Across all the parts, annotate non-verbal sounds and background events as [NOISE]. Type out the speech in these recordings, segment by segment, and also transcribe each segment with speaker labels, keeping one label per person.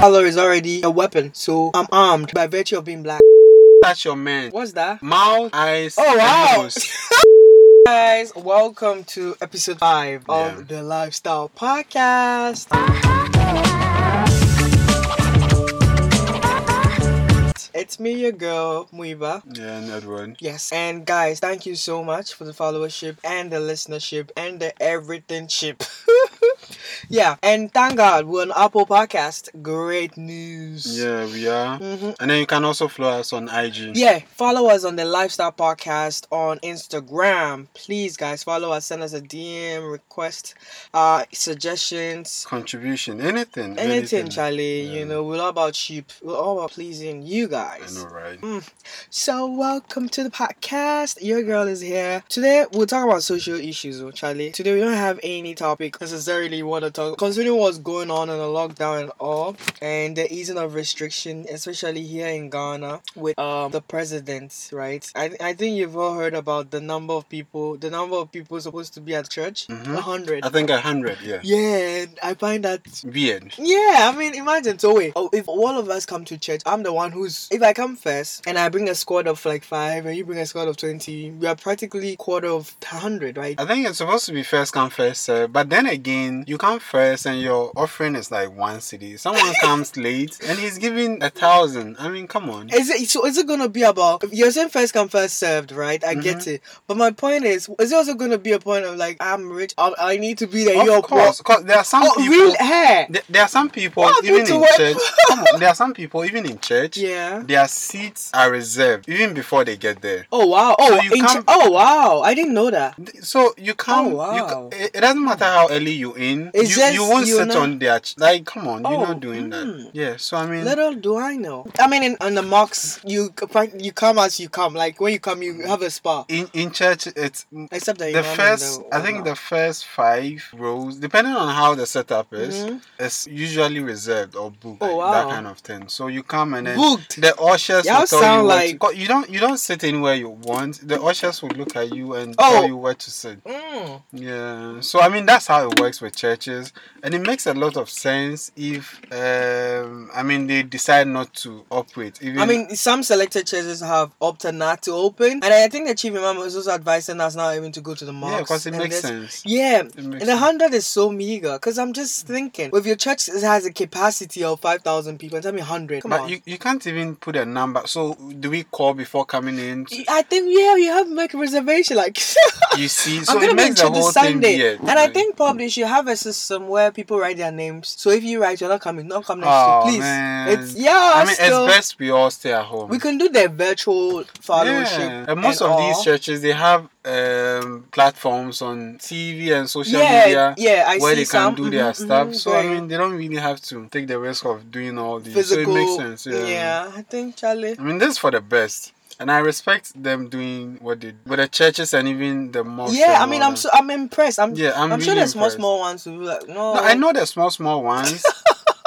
Speaker 1: Color is already a weapon, so I'm armed by virtue of being black.
Speaker 2: That's your man.
Speaker 1: What's that?
Speaker 2: Mouth, eyes,
Speaker 1: Oh,
Speaker 2: and
Speaker 1: wow.
Speaker 2: nose.
Speaker 1: [LAUGHS] Guys, welcome to episode 5
Speaker 2: Yeah.
Speaker 1: of the Lifestyle Podcast. It's me, your girl, Muiba.
Speaker 2: yeah, and Edward.
Speaker 1: Yes. And guys, thank you so much for the followership and the listenership and the everything chip. [LAUGHS] yeah. And thank God we're on Apple Podcast. Great news.
Speaker 2: Yeah, we are.
Speaker 1: hmm
Speaker 2: And then you can also follow us on IG.
Speaker 1: Yeah, follow us on the Lifestyle Podcast on Instagram. Please, guys, follow us. Send us a DM, request, uh, suggestions,
Speaker 2: Contribution, anything.
Speaker 1: anything, Charlie.
Speaker 2: Yeah.
Speaker 1: You know, we're all about sheep. We're all about pleasing you
Speaker 2: I
Speaker 1: guys.
Speaker 2: know, right?
Speaker 1: So, welcome to the podcast. Your girl is here. Today, we'll talk about social issues, oh, Charlie. Today, we don't have any topic necessarily want to talk, considering what's going on in the lockdown and all, and the easing of restriction, especially here in Ghana with um, the president, right? I, I think you've all heard about the number of people, the number of people supposed to be at church, a
Speaker 2: Mhm.
Speaker 1: 100.
Speaker 2: I think a hundred. Yeah.
Speaker 1: Yeah, and I find that
Speaker 2: Weird.
Speaker 1: yeah, I mean, imagine. So wait, oh, if all of us come to church, I'm the one who's. If I come first and I bring a squad of like five, and you bring a squad of twenty, we are practically quarter of hundred, right?
Speaker 2: I think it's supposed to be first come first serve, but then again, you come first and your offering is like one city. Someone comes late and he's giving a thousand. I mean, come on.
Speaker 1: Is it so? Is it gonna be about you're saying first come first served, right? I get
Speaker 2: Mm-hmm.
Speaker 1: it, but my point is, is it also gonna be a point of like I'm rich, I, I need to be there, you're
Speaker 2: Of
Speaker 1: poor?
Speaker 2: course, 'cause there are some
Speaker 1: Oh,
Speaker 2: people.
Speaker 1: real hair.
Speaker 2: There, there are some people
Speaker 1: What
Speaker 2: even
Speaker 1: happened
Speaker 2: in
Speaker 1: to
Speaker 2: church. Come on, there are some people even in church.
Speaker 1: [LAUGHS] Yeah.
Speaker 2: Their seats are reserved even before they get there.
Speaker 1: Oh wow. Oh,
Speaker 2: So you
Speaker 1: in
Speaker 2: come- Mm.
Speaker 1: ch- oh wow. I didn't know that.
Speaker 2: Th- So you can't.
Speaker 1: Oh,
Speaker 2: you
Speaker 1: wow.
Speaker 2: ca- it it doesn't matter how early you in.
Speaker 1: It's
Speaker 2: you,
Speaker 1: just
Speaker 2: you won't
Speaker 1: you're
Speaker 2: sit
Speaker 1: not-
Speaker 2: on their ch- like. Come on,
Speaker 1: Oh,
Speaker 2: you're not doing
Speaker 1: mm.
Speaker 2: that. Yeah. So I mean,
Speaker 1: Little do I know. I mean, in, on the mocks, you you come as you come. Like when you come,
Speaker 2: Mm.
Speaker 1: you have a spa.
Speaker 2: in in church, it's
Speaker 1: Except that
Speaker 2: the first.
Speaker 1: Oh,
Speaker 2: I think the first five rows, depending on how the setup is,
Speaker 1: Mhm.
Speaker 2: is usually reserved or booked.
Speaker 1: Oh,
Speaker 2: like,
Speaker 1: wow.
Speaker 2: That kind of thing. So you come and then
Speaker 1: booked.
Speaker 2: the ushers
Speaker 1: Y'all
Speaker 2: will tell
Speaker 1: sound
Speaker 2: you where
Speaker 1: like-
Speaker 2: to, 'cause you don't you don't sit anywhere you want. The ushers will look at you and
Speaker 1: Oh.
Speaker 2: tell you where to sit.
Speaker 1: Mm.
Speaker 2: Yeah. So I mean that's how it works with churches, and it makes a lot of sense if um I mean they decide not to operate. Even
Speaker 1: I mean, some selected churches have opted not to open, and I think the chief imam was also advising us not even to go to the mosque.
Speaker 2: yeah, because it
Speaker 1: and
Speaker 2: makes
Speaker 1: this-
Speaker 2: sense.
Speaker 1: Yeah,
Speaker 2: It makes
Speaker 1: and a
Speaker 2: sense.
Speaker 1: hundred is so meager. Because I'm just thinking, if your church has a capacity of five thousand people, and tell me hundred. Come
Speaker 2: But
Speaker 1: on.
Speaker 2: you, you can't even put a number. So do we call before coming in?
Speaker 1: I think yeah, you have to make a reservation. Like [LAUGHS]
Speaker 2: You see,
Speaker 1: I'm
Speaker 2: so
Speaker 1: gonna make
Speaker 2: it makes the
Speaker 1: sure
Speaker 2: whole
Speaker 1: this
Speaker 2: thing
Speaker 1: Sunday,
Speaker 2: weird.
Speaker 1: and I think probably you should have a system where people write their names. So if you write, you're not coming. Not come next
Speaker 2: Oh,
Speaker 1: week, please.
Speaker 2: man.
Speaker 1: It's yeah.
Speaker 2: I mean,
Speaker 1: still-
Speaker 2: it's best we all stay at home.
Speaker 1: We can do the virtual fellowship.
Speaker 2: Yeah. And most of these churches they have um, platforms on TV and social
Speaker 1: yeah,
Speaker 2: media
Speaker 1: yeah, I
Speaker 2: where
Speaker 1: see
Speaker 2: they can
Speaker 1: some.
Speaker 2: do their
Speaker 1: Mhm,
Speaker 2: stuff.
Speaker 1: mhm,
Speaker 2: So I
Speaker 1: very
Speaker 2: mean they don't really have to take the risk of doing all these.
Speaker 1: physical.
Speaker 2: So it makes sense. Yeah.
Speaker 1: yeah, I think Charlie.
Speaker 2: I mean this is for the best. And I respect them doing what they with the churches and even the mosques.
Speaker 1: yeah,
Speaker 2: and
Speaker 1: I mean,
Speaker 2: all
Speaker 1: I'm
Speaker 2: that.
Speaker 1: so I'm impressed. I'm
Speaker 2: Yeah, I'm,
Speaker 1: I'm, sure
Speaker 2: really
Speaker 1: there's more
Speaker 2: impressed.
Speaker 1: small ones who be like no.
Speaker 2: No, I know the small
Speaker 1: [LAUGHS]
Speaker 2: small ones.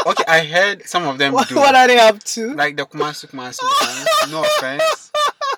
Speaker 2: okay, I heard some of them
Speaker 1: What,
Speaker 2: do
Speaker 1: what are they up to?
Speaker 2: like the Kumasi Kumasi ones. No offense.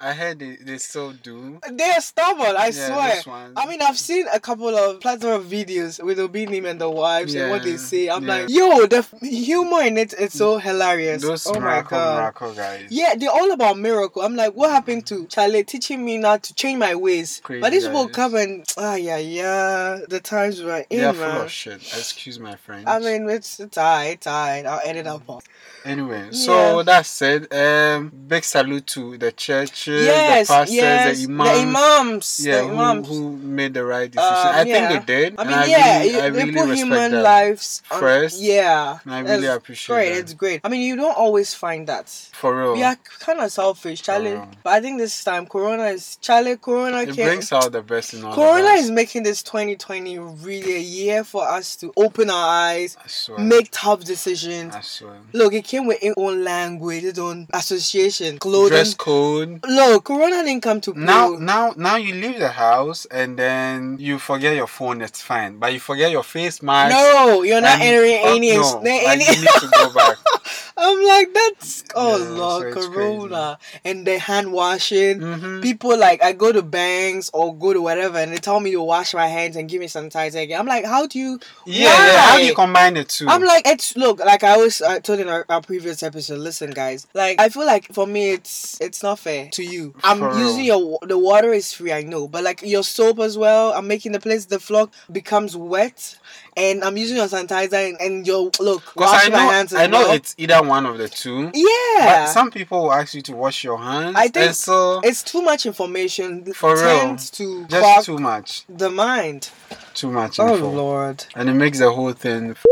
Speaker 2: I heard they, they still do.
Speaker 1: They're stubborn. I
Speaker 2: Yeah,
Speaker 1: swear.
Speaker 2: this one.
Speaker 1: I mean, I've seen a couple of plethora of videos with Obinim and the wives and what they
Speaker 2: Yeah,
Speaker 1: say. I'm
Speaker 2: yeah.
Speaker 1: like, yo, the f- humor in it is so hilarious.
Speaker 2: Those
Speaker 1: oh my
Speaker 2: miracle,
Speaker 1: god.
Speaker 2: miracle guys.
Speaker 1: Yeah, they're all about miracle. I'm like, what happened to Charlie teaching me not to change my ways?
Speaker 2: Crazy
Speaker 1: but this will
Speaker 2: guys.
Speaker 1: come and ah yeah yeah, the times we're in,
Speaker 2: They are full
Speaker 1: man.
Speaker 2: of shit. Excuse my French.
Speaker 1: I mean, it's it's alright, it's alright. I'll edit up on.
Speaker 2: anyway,
Speaker 1: Yeah.
Speaker 2: so that said, um, big salute to the churches,
Speaker 1: yes,
Speaker 2: the pastors,
Speaker 1: yes,
Speaker 2: the imams.
Speaker 1: imams,
Speaker 2: Yeah,
Speaker 1: the
Speaker 2: who,
Speaker 1: imams.
Speaker 2: who made the right decision?
Speaker 1: Um,
Speaker 2: I
Speaker 1: yeah.
Speaker 2: think they did.
Speaker 1: I mean,
Speaker 2: and I
Speaker 1: yeah,
Speaker 2: really, I
Speaker 1: you- they
Speaker 2: really
Speaker 1: put
Speaker 2: respect
Speaker 1: human
Speaker 2: that.
Speaker 1: lives on-
Speaker 2: first,
Speaker 1: Yeah,
Speaker 2: and I
Speaker 1: that's
Speaker 2: really appreciate Oh.
Speaker 1: Great,
Speaker 2: that.
Speaker 1: it's great. I mean, you don't always find that.
Speaker 2: For real,
Speaker 1: We are kind of selfish, Charlie.
Speaker 2: real.
Speaker 1: But I think this time, Corona is Charlie. Corona
Speaker 2: Oh. it
Speaker 1: came.
Speaker 2: brings out the best in all
Speaker 1: Corona
Speaker 2: of us.
Speaker 1: is making this 2020 really a year for us to open our eyes,
Speaker 2: I swear.
Speaker 1: make tough decisions.
Speaker 2: I swear.
Speaker 1: Look, it came with its own language, its own association, clothing.
Speaker 2: Dress code.
Speaker 1: Look, Corona didn't come to play.
Speaker 2: Now, now, now you leave the house and then you forget your phone. It's fine, but you forget your face mask.
Speaker 1: no, you're not
Speaker 2: and-
Speaker 1: entering
Speaker 2: oh,
Speaker 1: any.
Speaker 2: no,
Speaker 1: any
Speaker 2: like, you need to go back.
Speaker 1: [LAUGHS] I'm like, that's oh
Speaker 2: Yeah, so
Speaker 1: lord,
Speaker 2: it's
Speaker 1: corona and the hand washing.
Speaker 2: Mhm.
Speaker 1: People like I go to banks or go to whatever, and they tell me to wash my hands and give me sanitizer again. I'm like, how do you?
Speaker 2: Yeah, yeah. How do you
Speaker 1: Why?
Speaker 2: combine the 2
Speaker 1: I'm like, it's look like I was I told in our, our previous episode. Listen, guys, like I feel like for me, it's it's not fair to you. I'm
Speaker 2: For real.
Speaker 1: using your wa- the water is free, I know, but like your soap as well. I'm making the place the floor becomes wet, and I'm using your sanitizer and, and your look
Speaker 2: Because I
Speaker 1: washing
Speaker 2: know,
Speaker 1: my hands as
Speaker 2: I know
Speaker 1: well.
Speaker 2: it's either one of the two.
Speaker 1: yeah,
Speaker 2: But some people will ask you to wash your hands.
Speaker 1: I think
Speaker 2: and so.
Speaker 1: it's too much information.
Speaker 2: For real.
Speaker 1: tends to
Speaker 2: just
Speaker 1: clog
Speaker 2: too much,
Speaker 1: the mind.
Speaker 2: too much
Speaker 1: Oh
Speaker 2: info,
Speaker 1: lord.
Speaker 2: and it makes the whole thing. F-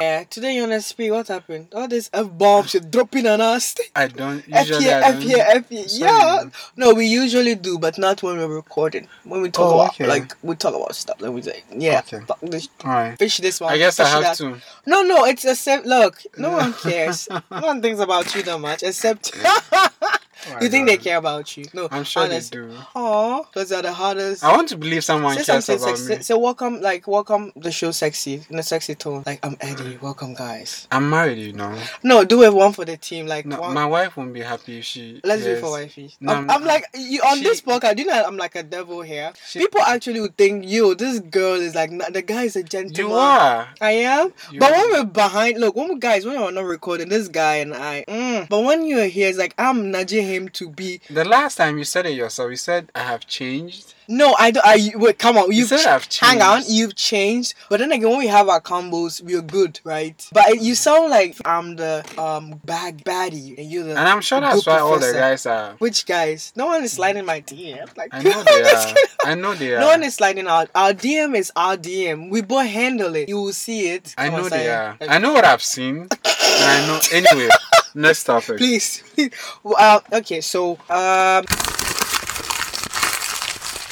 Speaker 1: Yeah, today you wanna speak. What happened? All this f bomb shit dropping on us. [LAUGHS]
Speaker 2: I don't
Speaker 1: F
Speaker 2: usually.
Speaker 1: here,
Speaker 2: I
Speaker 1: F
Speaker 2: don't,
Speaker 1: here, F here.
Speaker 2: [LAUGHS] Sorry.
Speaker 1: Yeah. No, we usually do, but not when we're recording. When we talk
Speaker 2: Oh,
Speaker 1: about
Speaker 2: okay.
Speaker 1: like we talk about stuff, like we say, yeah,
Speaker 2: Okay.
Speaker 1: fuck this,
Speaker 2: All right.
Speaker 1: fish this one.
Speaker 2: I guess I
Speaker 1: fish
Speaker 2: have
Speaker 1: that.
Speaker 2: to.
Speaker 1: No, no, it's a se- look. No
Speaker 2: Yeah. [LAUGHS]
Speaker 1: one cares. no one thinks about you that much, except
Speaker 2: Oh my
Speaker 1: [LAUGHS] you think they
Speaker 2: God.
Speaker 1: care about you. No,
Speaker 2: I'm sure they
Speaker 1: honest.
Speaker 2: do.
Speaker 1: Aw, those are the hardest.
Speaker 2: I want to believe someone
Speaker 1: Say
Speaker 2: cares
Speaker 1: something
Speaker 2: about
Speaker 1: sexy.
Speaker 2: me.
Speaker 1: So welcome, like welcome the show, sexy in a sexy tone. Like I'm Eddie. Welcome, guys.
Speaker 2: I'm married, you know.
Speaker 1: No, do it one for the team. Like
Speaker 2: No,
Speaker 1: one.
Speaker 2: my wife won't be happy if she.
Speaker 1: Let's do it
Speaker 2: hears-
Speaker 1: for wifey.
Speaker 2: No,
Speaker 1: I'm,
Speaker 2: I'm-
Speaker 1: I'm like you, on this
Speaker 2: she-
Speaker 1: podcast. You know, I'm like a devil here.
Speaker 2: She-
Speaker 1: People actually would think, yo, this girl is like n- the guy is a gentleman.
Speaker 2: You are.
Speaker 1: I am,
Speaker 2: You
Speaker 1: but when
Speaker 2: are.
Speaker 1: we're behind, look, when we guys, when we're not recording, this guy and I. Mm, but when you're here, it's like I'm nudging him to be.
Speaker 2: The last time you said it yourself, you said I have changed.
Speaker 1: No, I don't. I wait. Come on,
Speaker 2: You
Speaker 1: you've
Speaker 2: said
Speaker 1: ch-
Speaker 2: I've changed.
Speaker 1: hang on. You've changed, but then again, when we have our combos, we're good, right? But it- you sound like I'm the um bag baddie, and you're the.
Speaker 2: And I'm sure
Speaker 1: good
Speaker 2: that's why all the
Speaker 1: professor.
Speaker 2: guys are.
Speaker 1: Which guys? No one is sliding my DM. Like [LAUGHS]
Speaker 2: I know they
Speaker 1: I'm just
Speaker 2: are.
Speaker 1: kidding.
Speaker 2: I know they are.
Speaker 1: No one is sliding out. Our DM is our DM. We both handle it. You will see it.
Speaker 2: I
Speaker 1: Come on, Uh,
Speaker 2: know they
Speaker 1: Saya.
Speaker 2: are.
Speaker 1: Like,
Speaker 2: I know what I've seen. and I know.
Speaker 1: [LAUGHS]
Speaker 2: Anyway, next topic.
Speaker 1: please. [LAUGHS] Well, uh, okay, so um,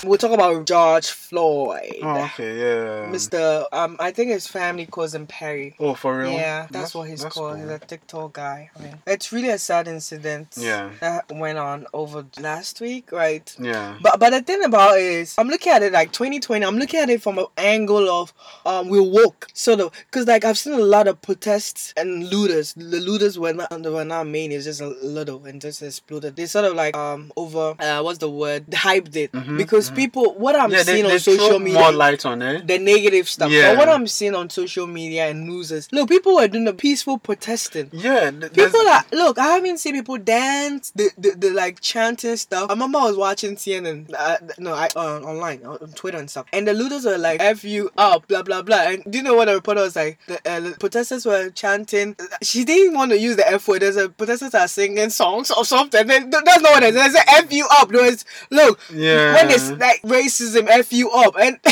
Speaker 1: we'll talk about George Floyd,
Speaker 2: Oh, okay, yeah.
Speaker 1: Mr. Um, I think his family calls him Perry.
Speaker 2: Oh, for real?
Speaker 1: Yeah, that's, what he's
Speaker 2: that's
Speaker 1: called.
Speaker 2: cool.
Speaker 1: He's a TikTok guy. I mean, it's really a sad incident.
Speaker 2: Yeah.
Speaker 1: That went on over last week, right?
Speaker 2: Yeah.
Speaker 1: But but the thing about it is, I'm looking at it like 2020. I'm looking at it from an angle of um we woke sort of because like I've seen a lot of protests and looters. The looters were not they were not main. It's just a little and just exploded. They sort of like um over uh, what's the word [LAUGHS] hyped it
Speaker 2: Mhm,
Speaker 1: because
Speaker 2: mhm.
Speaker 1: people what I'm
Speaker 2: yeah, they,
Speaker 1: seeing
Speaker 2: they
Speaker 1: on social
Speaker 2: throw
Speaker 1: media
Speaker 2: more light on it.
Speaker 1: the negative stuff.
Speaker 2: Yeah.
Speaker 1: But what I'm seeing on social media and news is look, people are doing the peaceful protesting.
Speaker 2: Yeah. th- there's-
Speaker 1: People are look. I haven't seen people dance. The the, the like chanting stuff. I remember I was watching CNN. Uh, no, I uh, online on on Twitter and stuff. And the looters were like "f you up," blah blah blah. And do you know what the reporter was like? The, uh, the protesters were chanting. She didn't want to use the f word. There's a protesters are singing songs or something. They, that's not what it is. They said "f you up." There was look.
Speaker 2: Yeah.
Speaker 1: When it's like racism, "f you up," and [LAUGHS]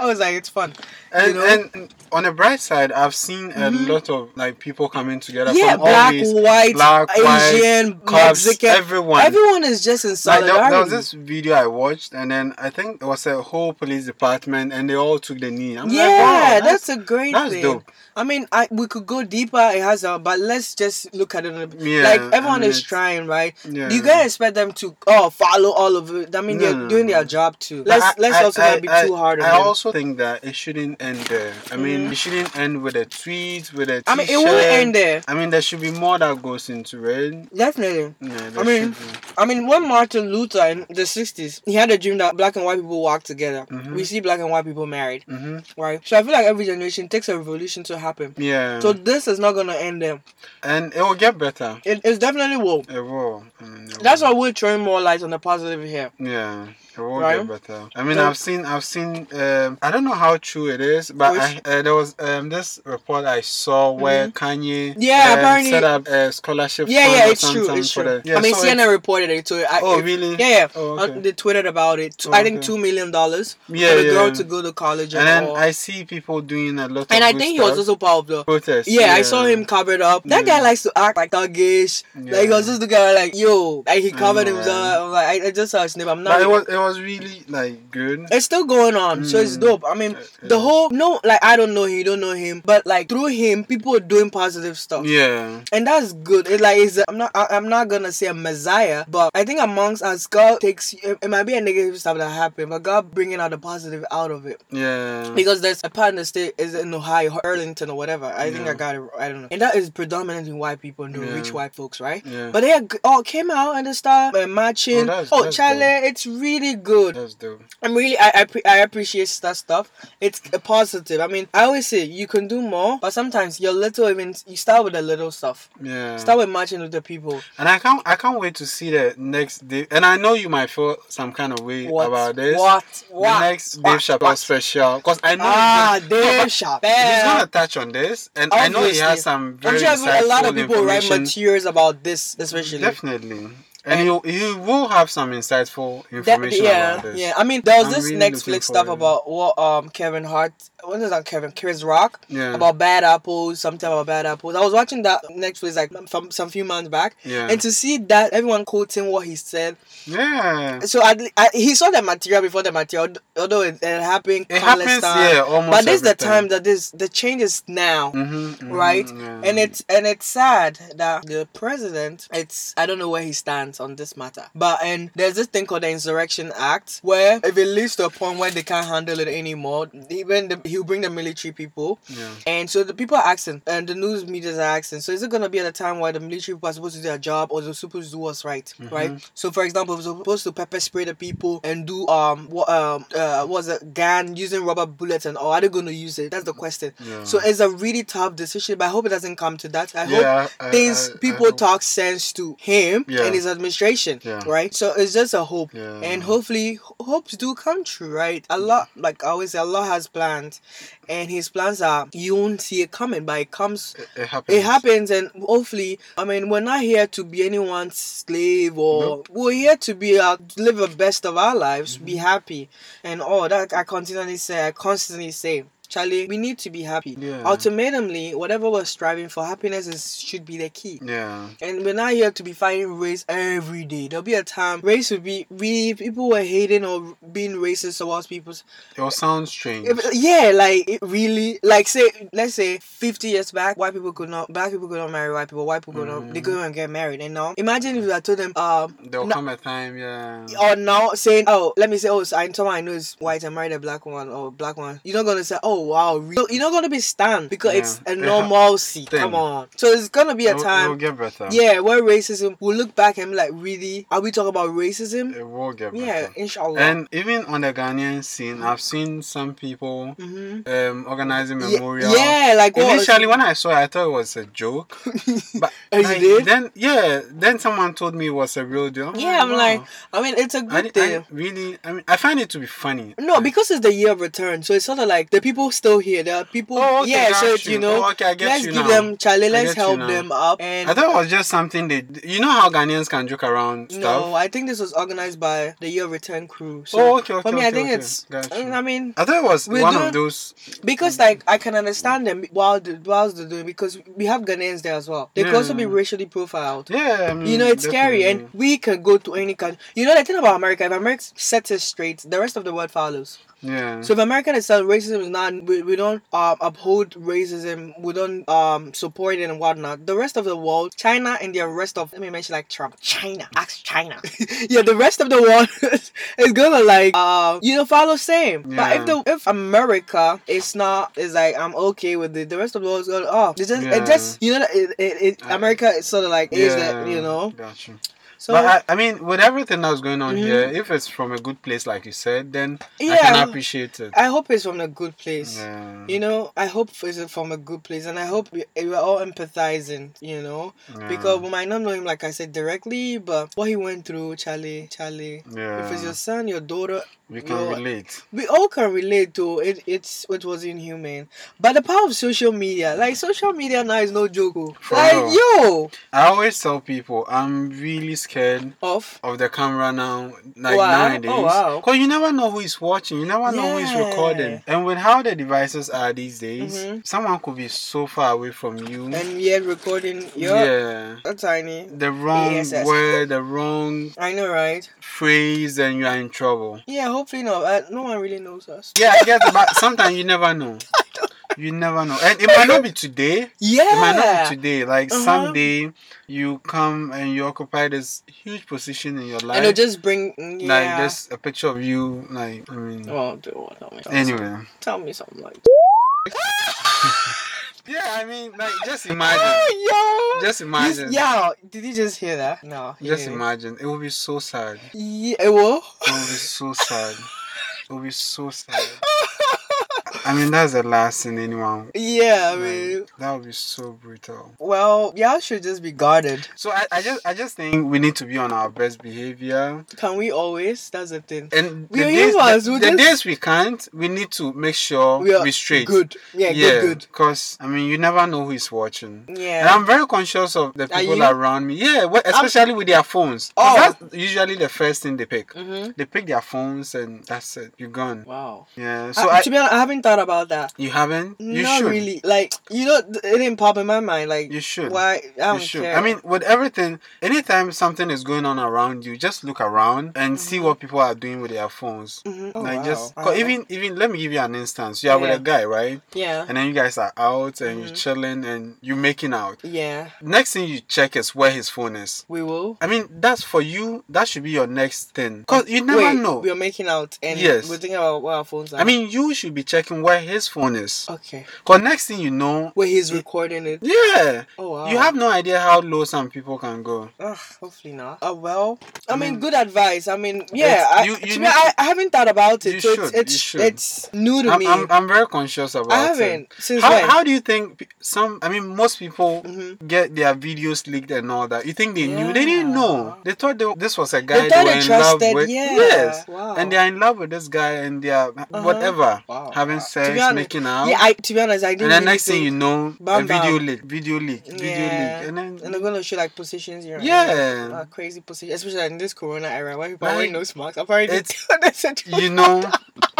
Speaker 1: I was like, it's fun.
Speaker 2: And,
Speaker 1: you know? Mm-hmm.
Speaker 2: and on the bright side, I've seen a lot of like people coming together
Speaker 1: yeah,
Speaker 2: from all
Speaker 1: black,
Speaker 2: these-
Speaker 1: white,
Speaker 2: black, white,
Speaker 1: Asian,
Speaker 2: Cubs,
Speaker 1: Mexican,
Speaker 2: everyone.
Speaker 1: Everyone is just in
Speaker 2: Like,
Speaker 1: solidarity.
Speaker 2: there, there was this video I watched, and then I think it was a whole police department, and they all took the knee. I'm
Speaker 1: yeah,
Speaker 2: like, wow,
Speaker 1: that's, a great
Speaker 2: that's
Speaker 1: thing.
Speaker 2: dope.
Speaker 1: I mean, I we could go deeper. It has a, but let's just look at it. a-
Speaker 2: Yeah,
Speaker 1: like
Speaker 2: I
Speaker 1: everyone
Speaker 2: mean,
Speaker 1: is
Speaker 2: it's-
Speaker 1: trying, right?
Speaker 2: Yeah.
Speaker 1: You can't expect them to oh follow all of it. I mean,
Speaker 2: No,
Speaker 1: they're
Speaker 2: no,
Speaker 1: doing
Speaker 2: no.
Speaker 1: their job too.
Speaker 2: But
Speaker 1: Let's
Speaker 2: I-
Speaker 1: let's
Speaker 2: I-
Speaker 1: also
Speaker 2: I-
Speaker 1: not be
Speaker 2: I-
Speaker 1: too hard on
Speaker 2: I
Speaker 1: them.
Speaker 2: also think that it shouldn't end there. I mean, it shouldn't end with a tweet, with a
Speaker 1: I mean, it
Speaker 2: t-shirt.
Speaker 1: will end there.
Speaker 2: I mean, there should be more that goes into it.
Speaker 1: Definitely.
Speaker 2: Yeah, there
Speaker 1: I mean,
Speaker 2: should be.
Speaker 1: I mean, when Martin Luther in the '60s, he had a dream that black and white people walk together.
Speaker 2: Mhm.
Speaker 1: We see black and white people married,
Speaker 2: hmm
Speaker 1: right? So I feel like every generation takes a revolution to happen.
Speaker 2: Yeah.
Speaker 1: So this is not gonna end them.
Speaker 2: and it will get better.
Speaker 1: It, it's definitely will.
Speaker 2: It will. I mean, it
Speaker 1: That's
Speaker 2: will.
Speaker 1: why we're throwing more light on the positive here.
Speaker 2: Yeah, it will
Speaker 1: Right?
Speaker 2: get better. I mean,
Speaker 1: Yeah.
Speaker 2: I've seen, I've seen. Um, I don't know how true it is, but I,
Speaker 1: Which-
Speaker 2: uh, there was um, this report I saw where Kanye
Speaker 1: Mm-hmm. Yeah,
Speaker 2: um,
Speaker 1: apparently-
Speaker 2: set up a scholarship.
Speaker 1: Yeah,
Speaker 2: fund
Speaker 1: yeah,
Speaker 2: or
Speaker 1: it's true.
Speaker 2: something
Speaker 1: It's
Speaker 2: for
Speaker 1: true.
Speaker 2: The, yeah,
Speaker 1: I mean,
Speaker 2: so
Speaker 1: CNN reported it too. I,
Speaker 2: Oh,
Speaker 1: it-
Speaker 2: really?
Speaker 1: Yeah, yeah.
Speaker 2: Oh,
Speaker 1: Uh,
Speaker 2: okay.
Speaker 1: They tweeted about it. Two-
Speaker 2: Oh,
Speaker 1: I think
Speaker 2: okay.
Speaker 1: two million dollars
Speaker 2: Yeah,
Speaker 1: for the girl
Speaker 2: yeah.
Speaker 1: to go to college
Speaker 2: And
Speaker 1: and
Speaker 2: then
Speaker 1: all.
Speaker 2: I see people doing a lot of
Speaker 1: and I
Speaker 2: good
Speaker 1: think he
Speaker 2: stuff.
Speaker 1: was also part of the
Speaker 2: protest.
Speaker 1: Yeah, I saw him covered up. That
Speaker 2: Yeah.
Speaker 1: guy likes to act like thuggish. Like he
Speaker 2: Mm. Yeah.
Speaker 1: was just the guy like, yo, like he
Speaker 2: I
Speaker 1: covered
Speaker 2: know,
Speaker 1: himself.
Speaker 2: right?
Speaker 1: I'm like, I, I just saw a snip. I'm not.
Speaker 2: But it was it was really like good.
Speaker 1: It's still going on, so it's
Speaker 2: Mm.
Speaker 1: dope. I mean,
Speaker 2: It- it
Speaker 1: the
Speaker 2: is.
Speaker 1: whole no, like I don't know him, you don't know him, but like through him, people are doing positive stuff.
Speaker 2: Yeah.
Speaker 1: and that's good. It like is I'm not I, I'm not gonna say a messiah, but I think amongst us, God takes it, it might be a negative stuff that happened, but God bringing out the positive out of it.
Speaker 2: Yeah.
Speaker 1: Because there's a part in the state is in Ohio, Arlington or whatever. I think
Speaker 2: Yeah.
Speaker 1: I got it. I don't know. And that is predominantly white people and the
Speaker 2: Yeah.
Speaker 1: rich white folks, right?
Speaker 2: Yeah.
Speaker 1: But they are g- all came out and they start uh, marching.
Speaker 2: Oh, that's-
Speaker 1: oh
Speaker 2: that's
Speaker 1: Charlie, it's really good.
Speaker 2: That's dope.
Speaker 1: I'm really I I, pre- I appreciate that stuff. It's a positive. I mean, I always say you can do more, but sometimes your little even you start with the little stuff.
Speaker 2: Yeah.
Speaker 1: Start with matching with the people.
Speaker 2: And I can't I can't wait to see the next Dave and I know you might feel some kind of way
Speaker 1: What?
Speaker 2: about this.
Speaker 1: What? What?
Speaker 2: The next
Speaker 1: What?
Speaker 2: Dave Chappelle
Speaker 1: What?
Speaker 2: special. Because I know
Speaker 1: Ah,
Speaker 2: he's gonna-
Speaker 1: Dave
Speaker 2: he's gonna
Speaker 1: Chappelle.
Speaker 2: touch on this and I know he has
Speaker 1: Obviously.
Speaker 2: some
Speaker 1: I'm
Speaker 2: very
Speaker 1: sure a lot of
Speaker 2: insightful
Speaker 1: people write
Speaker 2: information.
Speaker 1: materials about this, especially.
Speaker 2: Definitely. And you you will have some insightful
Speaker 1: That-
Speaker 2: information
Speaker 1: yeah,
Speaker 2: about this.
Speaker 1: yeah. I mean, there was
Speaker 2: I'm
Speaker 1: this
Speaker 2: really looking
Speaker 1: Netflix stuff
Speaker 2: forward.
Speaker 1: about what um Kevin Hart, what is that Kevin? Chris Rock
Speaker 2: Yeah.
Speaker 1: about bad apples, something about bad apples. I was watching that Netflix like from some few months back,
Speaker 2: Yeah.
Speaker 1: and to see that everyone quoting what he said.
Speaker 2: yeah.
Speaker 1: So at le- I, he saw the material before the material, although it, it happened
Speaker 2: It
Speaker 1: countless
Speaker 2: happens
Speaker 1: times.
Speaker 2: yeah, almost.
Speaker 1: But this is
Speaker 2: every
Speaker 1: the time that this the change is now.
Speaker 2: Mhm, mhm,
Speaker 1: right?
Speaker 2: yeah.
Speaker 1: And it's and it's sad that the president, it's I don't know where he stands on this matter, but and there's this thing called the Insurrection Act, where if it leads to a point where they can't handle it anymore, even the, he'll bring the military people,
Speaker 2: yeah.
Speaker 1: and so the people are asking, and the news media are asking, so is it gonna be at a time where the military people are supposed to do their job or they're supposed to do what's right,
Speaker 2: Mm-hmm.
Speaker 1: right? So for example, if they're supposed to pepper spray the people and do um what um uh what's it gun using rubber bullets and all, are they gonna use it? That's the question.
Speaker 2: Yeah.
Speaker 1: So it's a really tough decision, but I hope it doesn't come to that. I
Speaker 2: Yeah,
Speaker 1: hope
Speaker 2: I- I-
Speaker 1: things
Speaker 2: I- I
Speaker 1: people
Speaker 2: hope-
Speaker 1: talk sense to him
Speaker 2: Yeah.
Speaker 1: and his administration,
Speaker 2: Yeah.
Speaker 1: right? So it's just a hope,
Speaker 2: Yeah.
Speaker 1: and hopefully ho- hopes do come true, right? Allah, like I always say, Allah has plans, and His plans are you won't see it coming, but it comes.
Speaker 2: It happens.
Speaker 1: It happens, and hopefully, I mean, we're not here to be anyone's slave, or
Speaker 2: Nope. Mm-hmm.
Speaker 1: we're here to be uh, live the best of our lives, be happy, and all that. I continually say, I constantly say, Charlie, we need to be happy.
Speaker 2: Yeah.
Speaker 1: Ultimately, whatever we're striving for, happiness is should be the key.
Speaker 2: Yeah.
Speaker 1: And we're not here to be fighting race every day. There'll be a time race will be we people were hating or being racist towards people.
Speaker 2: It will sound strange.
Speaker 1: If- yeah, like it really, like say, let's say fifty years back, white people could not, black people could not marry white people, white people could not, they couldn't get married. And now, imagine if I told them, um,
Speaker 2: There'll
Speaker 1: no-
Speaker 2: come a time, yeah.
Speaker 1: or now saying, oh, let me say, oh, so I someone I know is white, I married a black one or a black one. You're not gonna say, oh wow, re-" So you're not gonna be stunned because
Speaker 2: Yeah.
Speaker 1: it's a
Speaker 2: Yeah.
Speaker 1: normalcy.
Speaker 2: Thing.
Speaker 1: Come on, so it's gonna be a
Speaker 2: It'll- It will
Speaker 1: time.
Speaker 2: get better.
Speaker 1: Yeah, where racism, we'll look back and be like, really? Are we talking about racism?
Speaker 2: It will get better.
Speaker 1: Yeah, inshallah.
Speaker 2: And even on the Ghanaian scene, I've seen some people
Speaker 1: Mhm.
Speaker 2: um, organizing
Speaker 1: Ye-
Speaker 2: memorial.
Speaker 1: Yeah, like what-
Speaker 2: Initially, when I saw it, I thought it was a
Speaker 1: [LAUGHS]
Speaker 2: joke. But
Speaker 1: Oh, you
Speaker 2: like,
Speaker 1: did?
Speaker 2: then, yeah, then someone told me it was a real deal.
Speaker 1: [LAUGHS] Yeah, I'm
Speaker 2: wow.
Speaker 1: like, I mean, it's a
Speaker 2: I,
Speaker 1: good
Speaker 2: di-
Speaker 1: thing.
Speaker 2: I really, I mean, I find it to be funny.
Speaker 1: No, because it's the year of return, so it's sort of like the people still here. There are people,
Speaker 2: Oh, okay,
Speaker 1: yeah.
Speaker 2: got
Speaker 1: So it's,
Speaker 2: you.
Speaker 1: you know,
Speaker 2: Oh, okay, I get
Speaker 1: let's
Speaker 2: you
Speaker 1: give
Speaker 2: now.
Speaker 1: them Charlie.
Speaker 2: I
Speaker 1: Let's
Speaker 2: get you
Speaker 1: help
Speaker 2: now.
Speaker 1: them up. And
Speaker 2: I thought it was just something they. You know how Ghanaians can joke around stuff.
Speaker 1: no, I think this was organized by the year of return crew. So
Speaker 2: Oh, okay, okay,
Speaker 1: for me, I
Speaker 2: okay,
Speaker 1: think
Speaker 2: okay.
Speaker 1: it's.
Speaker 2: Got you.
Speaker 1: I mean,
Speaker 2: I thought it was
Speaker 1: We're
Speaker 2: one
Speaker 1: doing-
Speaker 2: of those.
Speaker 1: because
Speaker 2: Mm-hmm.
Speaker 1: like I can understand them while the, whilst they're doing because we have Ghanaians there as well. They could also be
Speaker 2: Yeah.
Speaker 1: racially profiled.
Speaker 2: Yeah, I mean,
Speaker 1: You know, it's scary, and
Speaker 2: definitely.
Speaker 1: we can go to any country. You know, the thing about America, if America sets it straight, the rest of the world follows.
Speaker 2: yeah,
Speaker 1: So if American itself racism is not we, we don't um, uphold racism, we don't um support it and whatnot. The rest of the world, China and the rest of let me mention like Trump, China, ask
Speaker 2: [LAUGHS]
Speaker 1: China. yeah, the rest of the world [LAUGHS] is gonna like uh you know follow same. But if
Speaker 2: Yeah.
Speaker 1: the if America is not is like I'm okay with it, the rest of the world is gonna oh it's just
Speaker 2: Yeah.
Speaker 1: it just you know it, it, it
Speaker 2: I-
Speaker 1: America is sort of like is
Speaker 2: yeah,
Speaker 1: that you know
Speaker 2: Got you.
Speaker 1: so
Speaker 2: but I, I mean, with everything that's going on
Speaker 1: Mhm.
Speaker 2: here, if it's from a good place, like you said, then I
Speaker 1: yeah.
Speaker 2: can appreciate it.
Speaker 1: I hope it's from a good place.
Speaker 2: yeah,
Speaker 1: You know, I hope it's from a good place, and I hope we- we're all empathizing. You know,
Speaker 2: yeah,
Speaker 1: because we might not know him, like I said, directly, but what he went through, Charlie, Charlie.
Speaker 2: yeah,
Speaker 1: If it's your son, your daughter,
Speaker 2: we can
Speaker 1: your-
Speaker 2: relate.
Speaker 1: we all can relate to it. It's it was inhuman, but the power of social media, like social media now is no joke. oh.
Speaker 2: For
Speaker 1: Like
Speaker 2: real.
Speaker 1: yo,
Speaker 2: I always tell people I'm really scared
Speaker 1: Off.
Speaker 2: of the camera now, like
Speaker 1: Wow. Oh,
Speaker 2: nowadays.
Speaker 1: wow.
Speaker 2: Cause you never know who is watching, you never know who is
Speaker 1: Yeah.
Speaker 2: recording, and with how the devices are these days,
Speaker 1: Mhm.
Speaker 2: someone could be so far away from you.
Speaker 1: And yet recording. Yeah.
Speaker 2: yeah.
Speaker 1: That's tiny.
Speaker 2: The wrong
Speaker 1: Yes.
Speaker 2: word, the wrong
Speaker 1: I know, right?
Speaker 2: phrase, and you are in trouble.
Speaker 1: Yeah, hopefully not. Uh, no one really knows us.
Speaker 2: Yeah, I guess, but [LAUGHS] sometimes you never know. You never know, and it might not be today.
Speaker 1: Yeah.
Speaker 2: It might not be today. Like
Speaker 1: Uh-huh.
Speaker 2: someday you come and you occupy this huge position in your life.
Speaker 1: and it'll just bring. mm, Yeah.
Speaker 2: Like there's a picture of you. Like I mean.
Speaker 1: Oh, dude, what- tell me something.
Speaker 2: Anyway.
Speaker 1: Tell me something [LAUGHS] like.
Speaker 2: Yeah, I mean, like just imagine.
Speaker 1: Oh, yo.
Speaker 2: just imagine.
Speaker 1: You- yeah. Did you just hear that? No. he
Speaker 2: Just
Speaker 1: didn't.
Speaker 2: imagine. It would be so sad. It
Speaker 1: Yeah. Well.
Speaker 2: would be so sad. It would be so sad. I mean, that's the last thing anyone.
Speaker 1: yeah. I
Speaker 2: like,
Speaker 1: mean.
Speaker 2: that would be so brutal.
Speaker 1: Well, y'all should just be guarded.
Speaker 2: So I, I just I just think we need to be on our best behavior.
Speaker 1: Can we always? That's the thing.
Speaker 2: And the,
Speaker 1: We are
Speaker 2: days,
Speaker 1: humans,
Speaker 2: the,
Speaker 1: we
Speaker 2: the
Speaker 1: just-
Speaker 2: days we can't, we need to make sure
Speaker 1: We
Speaker 2: we
Speaker 1: are
Speaker 2: are straight.
Speaker 1: Good. Yeah.
Speaker 2: yeah,
Speaker 1: Good.
Speaker 2: Because I mean, you never know who is watching.
Speaker 1: Good.
Speaker 2: And
Speaker 1: Yeah.
Speaker 2: I'm very conscious of the
Speaker 1: Are
Speaker 2: people
Speaker 1: you?
Speaker 2: around me. Yeah, wh- especially with their phones.
Speaker 1: Oh.
Speaker 2: Oh. That's usually the first thing they pick.
Speaker 1: Mhm.
Speaker 2: They pick their phones and that's it. You're gone.
Speaker 1: Wow.
Speaker 2: Yeah.
Speaker 1: So
Speaker 2: So I,
Speaker 1: Ah, to be honest, I haven't thought about that.
Speaker 2: you haven't? You
Speaker 1: Not
Speaker 2: should.
Speaker 1: really. Like you know, th- it didn't pop in my mind. Like
Speaker 2: You should.
Speaker 1: why? I don't
Speaker 2: you should.
Speaker 1: care.
Speaker 2: I mean, with everything, anytime something is going on around you, just look around and see what people are doing with their phones.
Speaker 1: Mhm. Mm-hmm. Oh,
Speaker 2: like
Speaker 1: wow.
Speaker 2: just 'cause
Speaker 1: Uh-huh.
Speaker 2: even even let me give you an instance. You are
Speaker 1: Yeah.
Speaker 2: with a guy, right?
Speaker 1: yeah,
Speaker 2: And then you guys are out and you're
Speaker 1: Mhm.
Speaker 2: chilling and you're making out.
Speaker 1: yeah,
Speaker 2: Next thing you check is where his phone is.
Speaker 1: we will.
Speaker 2: I mean, that's for you. That should be your next thing. Cause you never
Speaker 1: Wait,
Speaker 2: know.
Speaker 1: We're making out, and
Speaker 2: Yes.
Speaker 1: we're thinking about where our phones are.
Speaker 2: I mean, you should be checking where his phone is.
Speaker 1: okay,
Speaker 2: Cause next thing you know,
Speaker 1: where he's recording it.
Speaker 2: yeah,
Speaker 1: Oh wow,
Speaker 2: you have no idea how low some people can go.
Speaker 1: Ugh, hopefully not. Oh well. I,
Speaker 2: I
Speaker 1: mean,
Speaker 2: mean-
Speaker 1: good advice. I mean, yeah. I,
Speaker 2: you- you
Speaker 1: to me,
Speaker 2: need
Speaker 1: I, I haven't thought about it.
Speaker 2: You
Speaker 1: so it's
Speaker 2: should, you
Speaker 1: it's,
Speaker 2: should.
Speaker 1: it's new to
Speaker 2: I'm,
Speaker 1: me.
Speaker 2: I'm, I'm very conscious about
Speaker 1: I
Speaker 2: it.
Speaker 1: haven't since
Speaker 2: How,
Speaker 1: when.
Speaker 2: how do you think pe- some? I mean, most people
Speaker 1: Mhm.
Speaker 2: get their videos leaked and all that. You think they knew? They didn't know.
Speaker 1: Yeah.
Speaker 2: They thought they, this was a guy
Speaker 1: they
Speaker 2: they,
Speaker 1: thought
Speaker 2: were
Speaker 1: they
Speaker 2: in love
Speaker 1: trusted.
Speaker 2: with.
Speaker 1: Yeah.
Speaker 2: Yes.
Speaker 1: Wow. Uh-huh.
Speaker 2: And they are in love with this guy and they are whatever,
Speaker 1: Wow.
Speaker 2: having
Speaker 1: Wow. To
Speaker 2: sex,
Speaker 1: be honest-
Speaker 2: making out.
Speaker 1: yeah. I to be honest, I didn't.
Speaker 2: and then
Speaker 1: really
Speaker 2: next thing
Speaker 1: think-
Speaker 2: you know,
Speaker 1: Bam,
Speaker 2: a video
Speaker 1: bam.
Speaker 2: leak, video leak, video
Speaker 1: Yeah.
Speaker 2: leak, and then
Speaker 1: And they're gonna show like positions you're in.
Speaker 2: Yeah.
Speaker 1: [LAUGHS] Uh, crazy positions, especially in this corona era where people are
Speaker 2: Like,
Speaker 1: wearing nose masks. Apparently, [LAUGHS]
Speaker 2: it's-
Speaker 1: that's a truth.
Speaker 2: you know,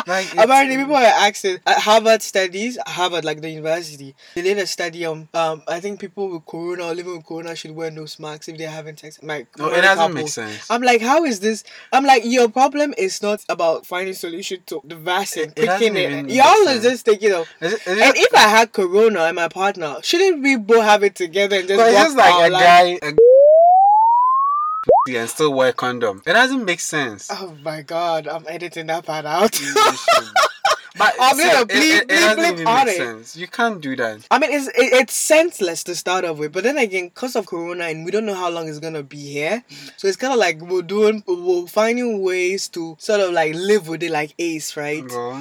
Speaker 2: like it's-
Speaker 1: Apparently, [LAUGHS] people are asking at Harvard studies, Harvard like the university. They did a study on um I think people with corona or living with corona should wear nose masks if they're having sex. Like
Speaker 2: No,
Speaker 1: married
Speaker 2: it doesn't make
Speaker 1: couples.
Speaker 2: sense.
Speaker 1: I'm like, how is this? I'm like, your problem is not about finding solution to the vaccine,
Speaker 2: It- it doesn't
Speaker 1: picking
Speaker 2: even
Speaker 1: it.
Speaker 2: make
Speaker 1: Y'all is
Speaker 2: sense.
Speaker 1: just thinking of
Speaker 2: Is it- is it-
Speaker 1: and if I had corona and my partner, shouldn't we both have it together and just
Speaker 2: But it's
Speaker 1: walk
Speaker 2: just like
Speaker 1: our
Speaker 2: a
Speaker 1: life?
Speaker 2: guy a [LAUGHS] and still wear condom. It doesn't make sense.
Speaker 1: [LAUGHS] Oh my god, I'm editing that part
Speaker 2: [LAUGHS]
Speaker 1: out.
Speaker 2: but
Speaker 1: I'm
Speaker 2: see,
Speaker 1: gonna
Speaker 2: it-
Speaker 1: bleep,
Speaker 2: it, it
Speaker 1: bleep,
Speaker 2: doesn't
Speaker 1: bleep
Speaker 2: even
Speaker 1: on
Speaker 2: make
Speaker 1: it.
Speaker 2: sense. You can't do that.
Speaker 1: I mean, it's it, it's senseless to start off with, but then again, because of Corona and we don't know how long it's gonna be here, so it's kind of like we're doing, we're finding ways to sort of like live with it, like Ace, right?
Speaker 2: Well,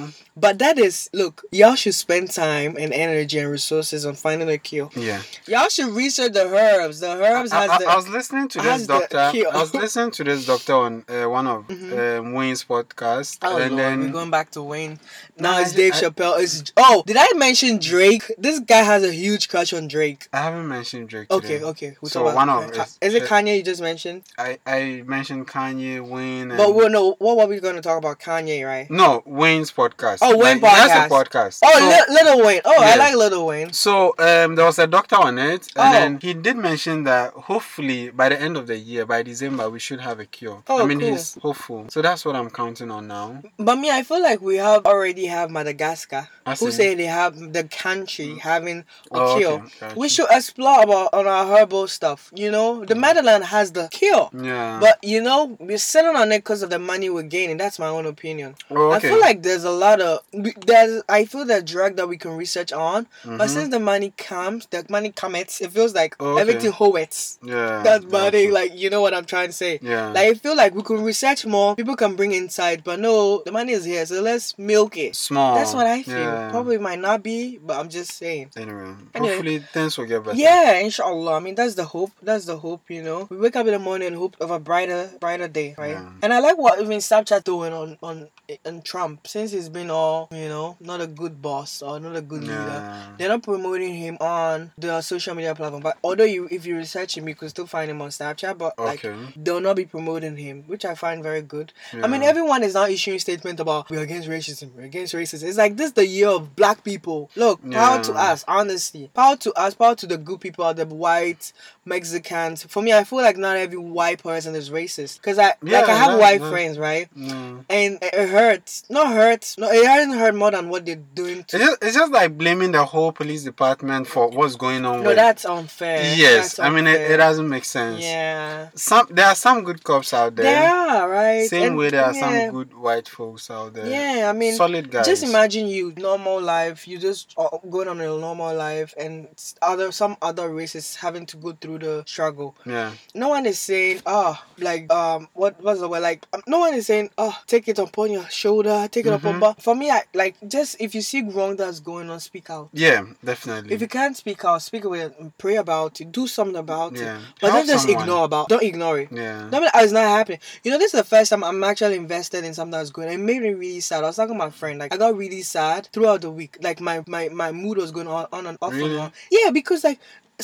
Speaker 1: But that is, look, y'all should spend time and energy and resources on finding a cure.
Speaker 2: yeah.
Speaker 1: Y'all should research the herbs. The herbs
Speaker 2: I,
Speaker 1: has
Speaker 2: I-
Speaker 1: the
Speaker 2: I was listening to
Speaker 1: has
Speaker 2: this
Speaker 1: the
Speaker 2: doctor.
Speaker 1: cure.
Speaker 2: I was listening to this doctor on uh, one
Speaker 1: [LAUGHS]
Speaker 2: of
Speaker 1: Mhm.
Speaker 2: um, Wayne's podcast,
Speaker 1: Oh
Speaker 2: and
Speaker 1: Lord, we're
Speaker 2: then
Speaker 1: going back to Wayne.
Speaker 2: No,
Speaker 1: Now
Speaker 2: I
Speaker 1: it's
Speaker 2: ju-
Speaker 1: Dave
Speaker 2: I-
Speaker 1: Chappelle. It's oh, did I mention Drake? This guy has a huge crush on Drake.
Speaker 2: I haven't mentioned Drake.
Speaker 1: Okay,
Speaker 2: today.
Speaker 1: okay. We'll
Speaker 2: So
Speaker 1: talk about
Speaker 2: one of
Speaker 1: Ka- is
Speaker 2: his-
Speaker 1: it Kanye you just mentioned?
Speaker 2: I, I mentioned Kanye, Wayne, and
Speaker 1: But well, no. What were we going to talk about Kanye, right?
Speaker 2: no Wayne's podcast.
Speaker 1: Oh, Wayne
Speaker 2: He has a
Speaker 1: podcast.
Speaker 2: podcast.
Speaker 1: Oh,
Speaker 2: So-
Speaker 1: Li- Little Wayne. Oh, I
Speaker 2: Yeah.
Speaker 1: like Little Wayne.
Speaker 2: So um, there was a doctor on it, and
Speaker 1: Oh.
Speaker 2: then he did mention that hopefully by the end of the year, by December, we should have a cure.
Speaker 1: Oh,
Speaker 2: I mean,
Speaker 1: cool.
Speaker 2: he's hopeful. So that's what I'm counting on now.
Speaker 1: But me, I feel like we have already have Madagascar,
Speaker 2: I
Speaker 1: who
Speaker 2: see.
Speaker 1: say they have the country having a
Speaker 2: Oh,
Speaker 1: cure.
Speaker 2: okay, gotcha. Mm.
Speaker 1: We should explore about on our herbal stuff. You know, the Netherlands has the cure.
Speaker 2: Yeah.
Speaker 1: But you know, we're sitting on it because of the money we're gaining. That's my own opinion.
Speaker 2: Oh,
Speaker 1: I
Speaker 2: okay.
Speaker 1: feel like there's a lot of we- there's. I feel that drug that we can research on, but
Speaker 2: Mhm.
Speaker 1: since the money comes, the money comes, it feels like
Speaker 2: Oh, okay.
Speaker 1: everything hoets.
Speaker 2: yeah.
Speaker 1: That money,
Speaker 2: gotcha.
Speaker 1: eh? like you know what I'm trying to say.
Speaker 2: Yeah.
Speaker 1: Like I feel like we could research more. People can bring inside, but no, the money is here, so let's milk it.
Speaker 2: small.
Speaker 1: That's what I feel.
Speaker 2: Oh, Yeah.
Speaker 1: Probably might not be, but I'm just saying.
Speaker 2: Anyway,
Speaker 1: Anyway.
Speaker 2: hopefully things will get better.
Speaker 1: Yeah, inshallah. I mean, that's the hope. That's the hope, you know. We wake up in the morning and hope of a brighter, brighter day, right?
Speaker 2: Yeah.
Speaker 1: And I like what even Snapchat doing on on on Trump since he's been all, you know, not a good boss or not a good leader.
Speaker 2: Yeah.
Speaker 1: They're not promoting him on the social media platform, but although you, if you research him, you can still find him on Snapchat. But
Speaker 2: Okay.
Speaker 1: like, they'll not be promoting him, which I find very good. I
Speaker 2: Yeah.
Speaker 1: mean, everyone is now issuing statement about we're against racism, we're against racism. It's like this is the year of black people. Look, power to
Speaker 2: Yeah.
Speaker 1: us, honestly. Power to us, power to the good people, the white Mexicans. For me, I feel like not every white person is racist. Because I,
Speaker 2: Yeah,
Speaker 1: like, I have
Speaker 2: that-
Speaker 1: white
Speaker 2: that-
Speaker 1: friends, right?
Speaker 2: Mm.
Speaker 1: And it it hurts. Not hurts. No, it hasn't hurt more than what they're doing to
Speaker 2: It's just, it's just like blaming the whole police department for what's going on
Speaker 1: No,
Speaker 2: with.
Speaker 1: that's unfair.
Speaker 2: yes,
Speaker 1: That's
Speaker 2: I mean it,
Speaker 1: unfair.
Speaker 2: it doesn't make sense.
Speaker 1: Yeah.
Speaker 2: Some there are some good cops out there.
Speaker 1: There are, right?
Speaker 2: Same
Speaker 1: And,
Speaker 2: way there are
Speaker 1: yeah.
Speaker 2: some good uh, white folks out there.
Speaker 1: Yeah, I mean,
Speaker 2: solid guys.
Speaker 1: Just imagine you normal life, you just uh, going on a normal life, and s- other some other races having to go through the struggle.
Speaker 2: Yeah,
Speaker 1: No one is saying, ah, like um, what was the word? Like um, no one is saying, ah, take it upon your shoulder, take it upon.
Speaker 2: Mhm.
Speaker 1: But for me, I like just if you see wrong that's going on, speak out.
Speaker 2: yeah, definitely.
Speaker 1: If you can't speak out, speak with it, pray about it, do something about
Speaker 2: Yeah.
Speaker 1: it. But
Speaker 2: Help
Speaker 1: don't just
Speaker 2: someone.
Speaker 1: ignore about. Don't ignore it.
Speaker 2: yeah,
Speaker 1: No, but it's not happening. You know, this is the first time I'm actually invested in something that's good. It made me really sad. I was talking to my friend. Like, I got really sad throughout the week. Like, my my, my mood was going on, on and off and
Speaker 2: Really?
Speaker 1: on. Yeah, because like.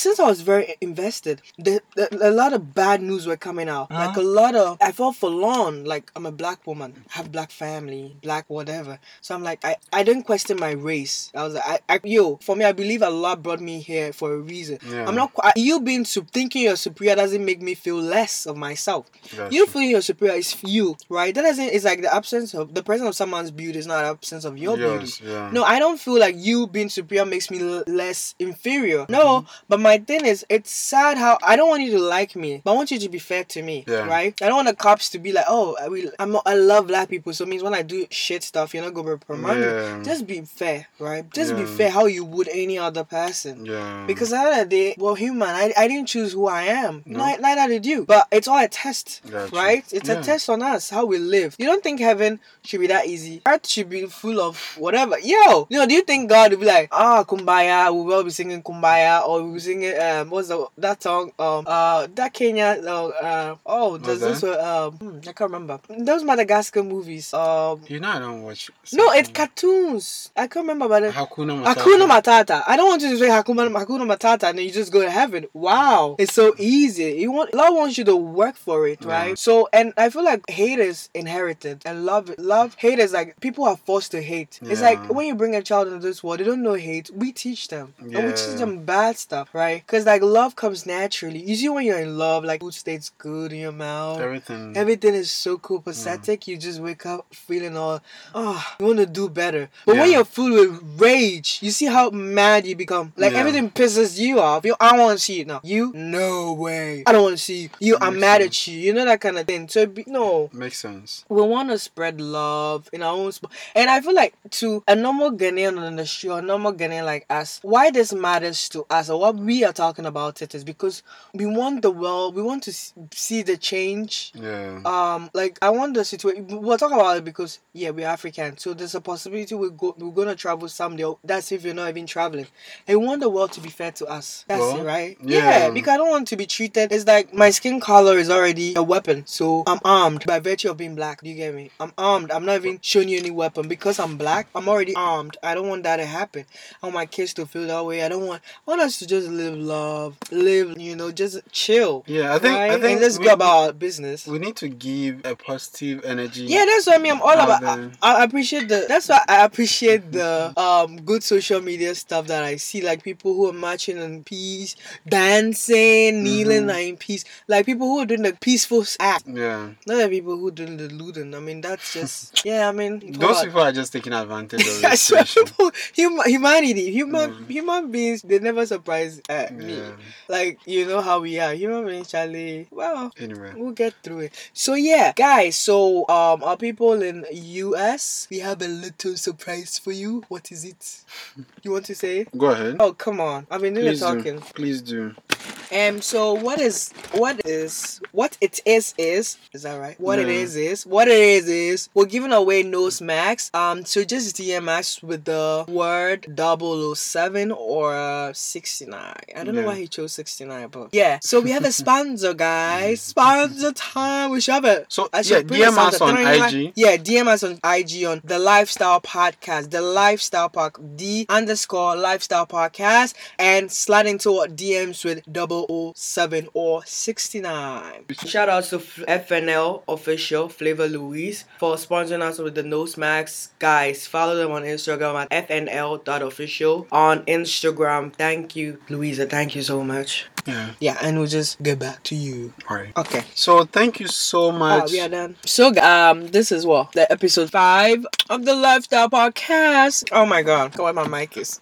Speaker 1: Since I was very invested, the, the, a lot of bad news were coming out.
Speaker 2: Huh?
Speaker 1: Like a lot of, I felt forlorn. Like I'm a black woman, I have black family, black whatever. So I'm like, I, I didn't question my race. I was like, I, I, yo, for me, I believe Allah brought me here for a reason.
Speaker 2: Yeah.
Speaker 1: I'm not qu- you being sup thinking you're superior doesn't make me feel less of myself.
Speaker 2: Gotcha.
Speaker 1: You feeling you're superior is you, right? That doesn't. It's like the absence of the presence of someone's beauty is not the absence of your
Speaker 2: Yours,
Speaker 1: beauty.
Speaker 2: yeah.
Speaker 1: No, I don't feel like you being superior makes me l- less inferior. No,
Speaker 2: Mm-hmm.
Speaker 1: but my thing is, it's sad how I don't want you to like me, but I want you to be fair to me,
Speaker 2: Yeah.
Speaker 1: right? I don't want the cops to be like, oh, I will, I'm, I love black people, so it means when I do shit stuff, you're not gonna reprimand
Speaker 2: Yeah.
Speaker 1: me. Just be fair, right? Just be
Speaker 2: Yeah.
Speaker 1: fair how you would any other person.
Speaker 2: yeah,
Speaker 1: Because at the end of the day, well, human, I, I didn't choose who I am.
Speaker 2: No.
Speaker 1: Ni- neither did you. But it's all a test,
Speaker 2: Gotcha.
Speaker 1: right? It's
Speaker 2: Yeah.
Speaker 1: a test on us, how we live. You don't think heaven should be that easy? Earth should be full of whatever. Yo, you know, do you think God will be like, ah, Kumbaya, we will be singing Kumbaya, or we'll be singing, um, what's the, that song? Um, uh, that Kenya, uh, uh oh, there's
Speaker 2: What's
Speaker 1: this, one, um, hmm, I can't remember. Those Madagascar movies. Um,
Speaker 2: you know I don't watch.
Speaker 1: no, it's
Speaker 2: something-
Speaker 1: cartoons. I can't remember, but.
Speaker 2: Hakuna Matata.
Speaker 1: Hakuna Matata. I don't want you to say Hakuna, Hakuna Matata and then you just go to heaven. Wow. It's so easy. You want love wants you to work for it,
Speaker 2: Yeah.
Speaker 1: right? So and I feel like hate is inherited and love love hate is like people are forced to hate. It's
Speaker 2: Yeah.
Speaker 1: like when you bring a child into this world, they don't know hate. We teach them. And we teach
Speaker 2: Yeah.
Speaker 1: them bad stuff, right? Because like love comes naturally. You see when you're in love, like food tastes good in your mouth.
Speaker 2: Everything.
Speaker 1: Everything is so
Speaker 2: Mm.
Speaker 1: cool, pathetic. You just wake up feeling all, oh, you want to do better. But when
Speaker 2: Yeah.
Speaker 1: you're filled with rage, you see how mad you become. Like
Speaker 2: Yeah.
Speaker 1: everything pisses you off. You, I want to see you now. You, no way. I don't want to see you. You, I'm
Speaker 2: Makes
Speaker 1: mad
Speaker 2: sense.
Speaker 1: at you. You know that kind of thing. So it be, no,
Speaker 2: Makes sense.
Speaker 1: we want to spread love in our own sp- and i feel like to a normal ghanaian on the street or a normal ghanaian like us why this matters to us or what we are talking about it is because we want the world we want to s- see the change
Speaker 2: Yeah.
Speaker 1: um like i want the situation we'll talk about it because yeah we're african so there's a possibility we go we're gonna travel someday that's if you're not even traveling and we want the world to be fair to us that's
Speaker 2: Well,
Speaker 1: it right
Speaker 2: yeah.
Speaker 1: because i don't want to be treated it's like my skin color is already a weapon so i'm armed by virtue of being black do you get me i'm armed i'm not even showing you any weapon because i'm black i'm already armed i don't want that to happen I want my kids to feel that way i don't want i want us to just live love live you know just chill
Speaker 2: yeah, I think
Speaker 1: right?
Speaker 2: I think
Speaker 1: and let's
Speaker 2: we,
Speaker 1: go about our business
Speaker 2: we need to give a positive energy.
Speaker 1: yeah, that's what I mean. I'm all
Speaker 2: How
Speaker 1: about. I,
Speaker 2: the-
Speaker 1: I appreciate the. That's why I appreciate the um good social media stuff that I see, like people who are marching in peace, dancing, kneeling
Speaker 2: Mhm.
Speaker 1: like in peace, like people who are doing the peaceful s- act,
Speaker 2: yeah.
Speaker 1: not the people who doing the looting. I mean, that's just yeah. I
Speaker 2: [LAUGHS]
Speaker 1: mean, talk
Speaker 2: Those
Speaker 1: about- [LAUGHS]
Speaker 2: people are just taking advantage of
Speaker 1: I
Speaker 2: the
Speaker 1: swear,
Speaker 2: situation.
Speaker 1: people, hum- humanity, human,
Speaker 2: Mm.
Speaker 1: human beings, they never surprise uh, [LAUGHS] me.
Speaker 2: Yeah.
Speaker 1: Like you know how we are, human beings, Charlie. Well,
Speaker 2: Anyway.
Speaker 1: We'll get through it. So yeah, guys. So um, our people in US, we have a little surprise for you. What is it? You want to say? it?
Speaker 2: Go ahead.
Speaker 1: Oh come on! I've been doing the
Speaker 2: Please
Speaker 1: talking.
Speaker 2: do. Please do.
Speaker 1: Um. So what is what is what it is is is that right? What it
Speaker 2: Yeah.
Speaker 1: is is what it is is we're giving away no smacks. Um. So just DM us with the word 007 or uh, 69. I don't know
Speaker 2: Yeah.
Speaker 1: why he chose 69, but yeah. So we have
Speaker 2: [LAUGHS]
Speaker 1: a sponsor, guys. Sponsor time. We should have it.
Speaker 2: So
Speaker 1: I
Speaker 2: yeah,
Speaker 1: should bring a
Speaker 2: DM us
Speaker 1: sound
Speaker 2: on
Speaker 1: effect.
Speaker 2: IG.
Speaker 1: Yeah, DM us on IG on the Lifestyle Podcast, the Lifestyle Park, the underscore Lifestyle Podcast, and slide into our DMs with 007 or 69.
Speaker 3: Shout out to F- FNL official Flavor Louise for sponsoring us with the No Smacks. Guys, follow them on Instagram at FNL.official on Instagram. Thank you, Louisa. Thank you so much.
Speaker 2: Yeah.
Speaker 1: Yeah, and we'll just get back to you.
Speaker 2: All right.
Speaker 1: Okay.
Speaker 2: So thank you so
Speaker 1: Ah,
Speaker 2: much.
Speaker 1: we are done. So, g- um, this is what the episode five of the Lifestyle Podcast. Oh my god, look where my mic is.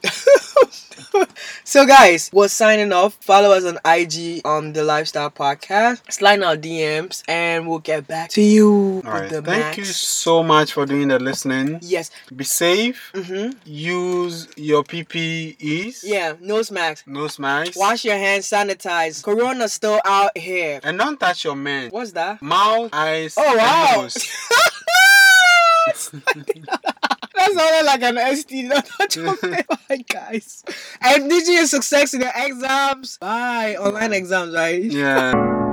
Speaker 1: [LAUGHS] so, guys, we're signing off. Follow us on IG on the Lifestyle Podcast. Slide in our DMs, and we'll get back to you
Speaker 2: All
Speaker 1: with
Speaker 2: right.
Speaker 1: the
Speaker 2: Thank you
Speaker 1: max.
Speaker 2: so much for doing the listening.
Speaker 1: Yes.
Speaker 2: Be safe.
Speaker 1: Mm-hmm.
Speaker 2: Use your PPEs.
Speaker 1: Yeah. No smacks.
Speaker 2: No smiles.
Speaker 1: Wash your hands. Sanitize. Corona's still out here.
Speaker 2: And don't touch your man.
Speaker 1: What's that?
Speaker 2: Mouth, eyes,
Speaker 1: Oh
Speaker 2: and
Speaker 1: wow! [LAUGHS]
Speaker 2: nose.
Speaker 1: That sounded like an [LAUGHS] ST. Not a joke. Bye, guys. And did you success in your exams? Bye. Online exams, right?
Speaker 2: [LAUGHS] yeah.